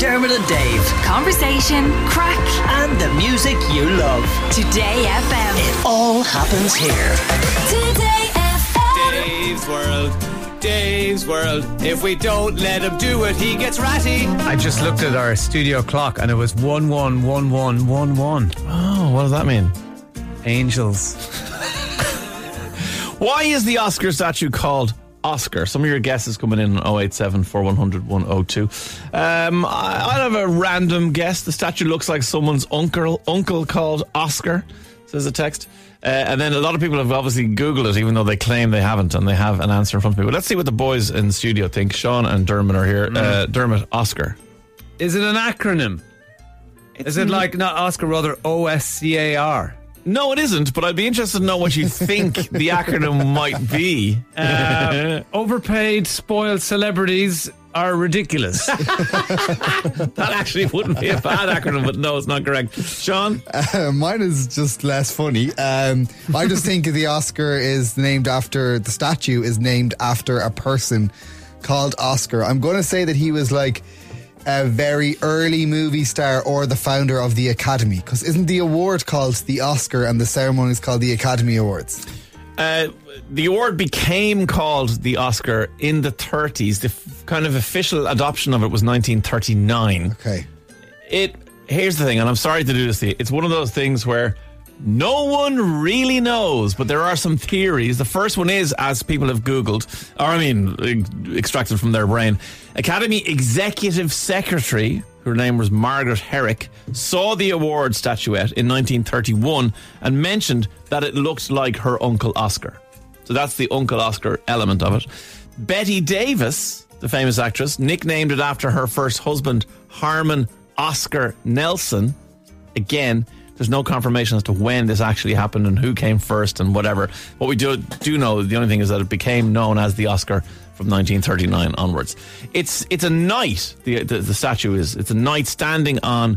Dermot and Dave, Conversation, crack, and the music you love. Today FM. It all happens here. Today FM. Dave's World. Dave's World. If we don't let him do it, he gets ratty. I just looked at our studio clock and it was 111111. Oh, what does that mean? Angels. Why is the Oscar statue called Oscar? Some of your guesses coming in on 087 4100 102. Um, I, I'll have a random guess. The statue looks like someone's uncle, uncle called Oscar, says the text. Uh, and then a lot of people have obviously Googled it, even though they claim they haven't, and they have an answer in front of me. But let's see what the boys in the studio think. Sean and Dermot are here. Uh, Dermot, Oscar. Mm. Is it an acronym? Is it like not Oscar, rather OSCAR? No, it isn't, but I'd be interested to know what you think the acronym might be. Um, Overpaid, spoiled celebrities are ridiculous. That actually wouldn't be a bad acronym, but no, it's not correct. Sean? Uh, mine is just less funny. Um, I just think the Oscar is named after the statue is named after a person called Oscar. I'm going to say that he was like a very early movie star or the founder of the Academy because isn't the award called the Oscar and the ceremony is called the Academy Awards? Uh, the award became called the Oscar in the 30s. The f- kind of official adoption of it was 1939. Okay. It here's the thing, and I'm sorry to do this to you. It's one of those things where no one really knows, but there are some theories. The first one is, as people have Googled, or I mean, e- extracted from their brain, Academy Executive Secretary, her name was Margaret Herrick, saw the award statuette in 1931 and mentioned that it looked like her uncle Oscar. So that's the Uncle Oscar element of it. Betty Davis, the famous actress, nicknamed it after her first husband, Harmon Oscar Nelson. Again, there's no confirmation as to when this actually happened and who came first and whatever. What we do do know, the only thing is that it became known as the Oscar from 1939 onwards. It's it's a knight. The the, the statue is it's a knight standing on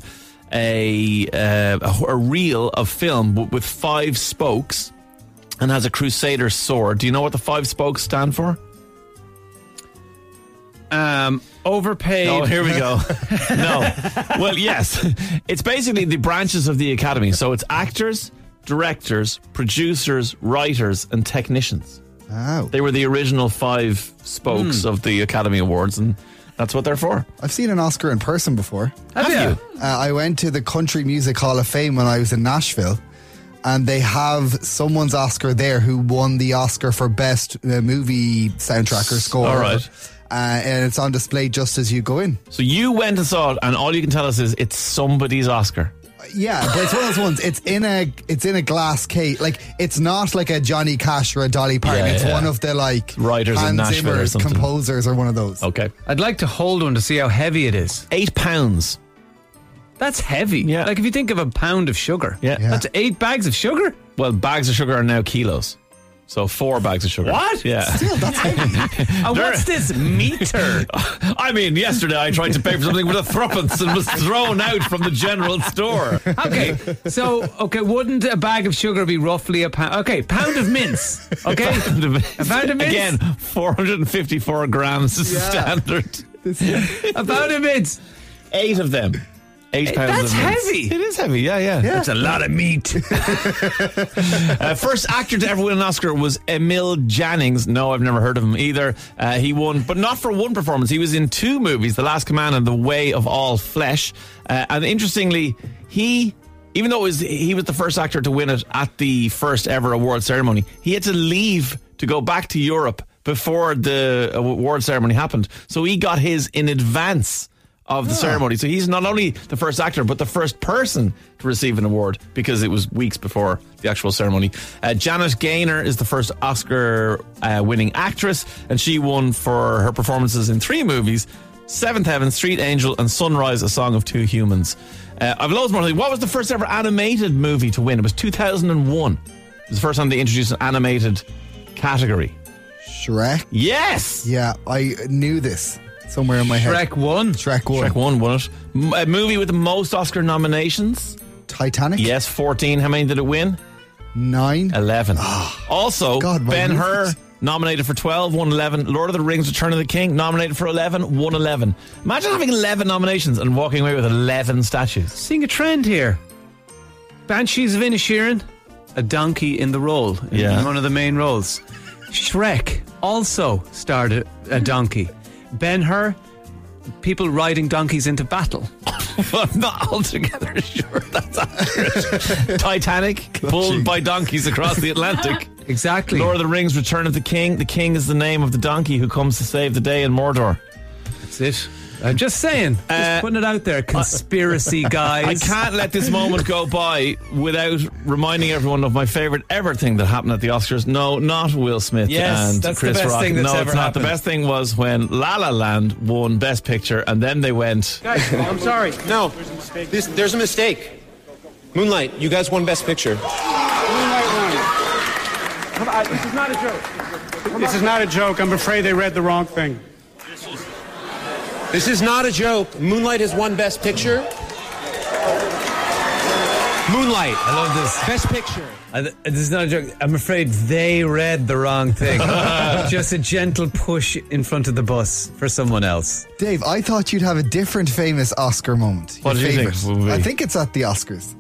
a uh, a, a reel of film w- with five spokes and has a crusader sword. Do you know what the five spokes stand for? Um, overpaid. Oh, here we go. no. Well, yes. It's basically the branches of the academy. So it's actors, directors, producers, writers, and technicians. Oh, They were the original five Hmm. spokes of the Academy Awards, and that's what they're for. I've seen an Oscar in person before. Have you? Uh, I went to the Country Music Hall of Fame when I was in Nashville, and they have someone's Oscar there who won the Oscar for Best uh, Movie Soundtrack or Score. All right. Uh, and it's on display just as you go in. So you went and saw it, and all you can tell us is it's somebody's Oscar. Yeah, but it's one of those ones. It's in a it's in a glass case. Like it's not like a Johnny Cash or a Dolly Parton. Yeah, it's yeah. one of the like Writers in Hans Nashville or Zimmer's something. composers or one of those. Okay. I'd like to hold one to see how heavy it is. Eight pounds. That's heavy. Yeah. Like if you think of a pound of sugar, Yeah. Yeah. that's eight bags of sugar. Well, bags of sugar are now kilos. So four bags of sugar. What? Yeah. Still, that's heavy. And Uh, what's this meter? I mean, yesterday I tried to pay for something with a threepence and was thrown out from the general store. Okay, so okay, wouldn't a bag of sugar be roughly a pound? Okay, pound of mince. Okay, a pound of mince. Again, 454 grams is the standard. a pound of mince. Eight of them. Eight pounds that's of mince. heavy. It is heavy, yeah, yeah. That's a lot of meat. Uh, first actor to ever win an Oscar was Emil Jannings. No, I've never heard of him either. Uh, he won, but not for one performance. He was in two movies The Last Command and The Way of All Flesh. Uh, and interestingly, he. Even though it was, he was the first actor to win it at the first ever award ceremony, he had to leave to go back to Europe before the award ceremony happened. So he got his in advance of the ceremony. So he's not only the first actor, but the first person to receive an award because it was weeks before the actual ceremony. Uh, Janet Gaynor is the first Oscar uh, winning actress, and she won for her performances in three movies Seventh Heaven, Street Angel, and Sunrise, A Song of Two Humans. Uh, I've loads more. to think. What was the first ever animated movie to win? It was 2001. It was the first time they introduced an animated category. Shrek. Yes! Yeah, I knew this somewhere in my head. Shrek one. Shrek one. Shrek 1 won it. M- A movie with the most Oscar nominations. Titanic. Yes, 14. How many did it win? Nine. 11. also, Ah, God, my Ben Hur movies. nominated for 12, won 11. Lord of the Rings, Return of the King, nominated for 11, won 11. Imagine having 11 nominations and walking away with 11 statues. Seeing a trend here. Banshees of Inisherin, a donkey in the role, in Yeah. one of the main roles. Shrek also starred a, a donkey. Ben Hur, people riding donkeys into battle. I'm not altogether sure that's accurate. Titanic, pulled by donkeys across the Atlantic. Exactly. Lord of the Rings, Return of the King. The King is the name of the donkey who comes to save the day in Mordor. That's it. I'm just saying, just Uh, putting it out there, conspiracy I guys. can't let this moment go by without reminding everyone of my favorite ever thing that happened at the Oscars. No, not Will Smith Yes, and that's the Chris best Rock. thing no, that's ever it's not. happened. The best thing was when La La Land won Best Picture, and then they went. Guys, I'm sorry. No, this, there's a mistake. Moonlight, you guys won Best Picture. This is not a joke. This is not a joke. I'm afraid they read the wrong thing. This is not a joke. Moonlight has won Best Picture. Moonlight, I love this. Best Picture. I, th- this is not a joke. I'm afraid they read the wrong thing. Just a gentle push in front of the bus for someone else. Dave, I thought you'd have a different famous Oscar moment. What Your do you think favourite. it would be? I think it's at the Oscars.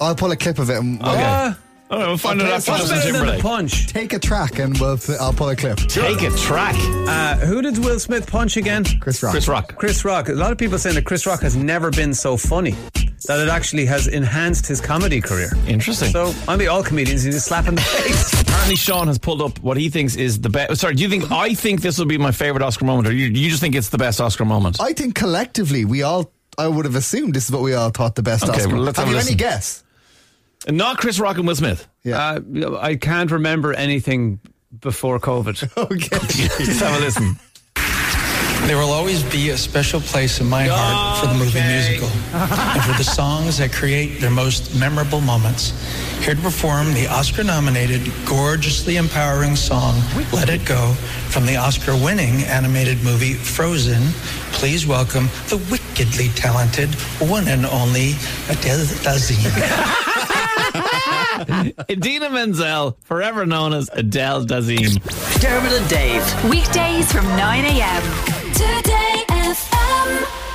I'll pull a clip of it and we'll Ah, all right, we'll find Okay, out after what's Justin better than Timberlake. Punch. take a track and we'll I'll pull a clip. Take a track, Uh, who did Will Smith punch again? Chris Rock. Chris Rock. Chris Rock. A lot of people saying that Chris Rock has never been so funny that it actually has enhanced his comedy career. Interesting. So on the all comedians, you just slap in the face. Apparently, Sean has pulled up what he thinks is the best. Sorry, do you think I think this will be my favorite Oscar moment, or you, you just think it's the best Oscar moment? I think collectively we all I would have assumed this is what we all thought the best Okay, Oscar. well, let's have have a you listen. any guess? Not Chris Rock and Will Smith. Yeah. Uh, I can't remember anything before COVID. Okay. Just have a listen. There will always be a special place in my heart for the movie musical and for the songs that create their most memorable moments. Here to perform the Oscar nominated, gorgeously empowering song, Let It Go, from the Oscar winning animated movie Frozen, please welcome the wickedly talented one and only Adele Dazeem. Idina Menzel, forever known as Adele Dazeem. Dermot and Dave. Weekdays from 9 a.m. Today FM.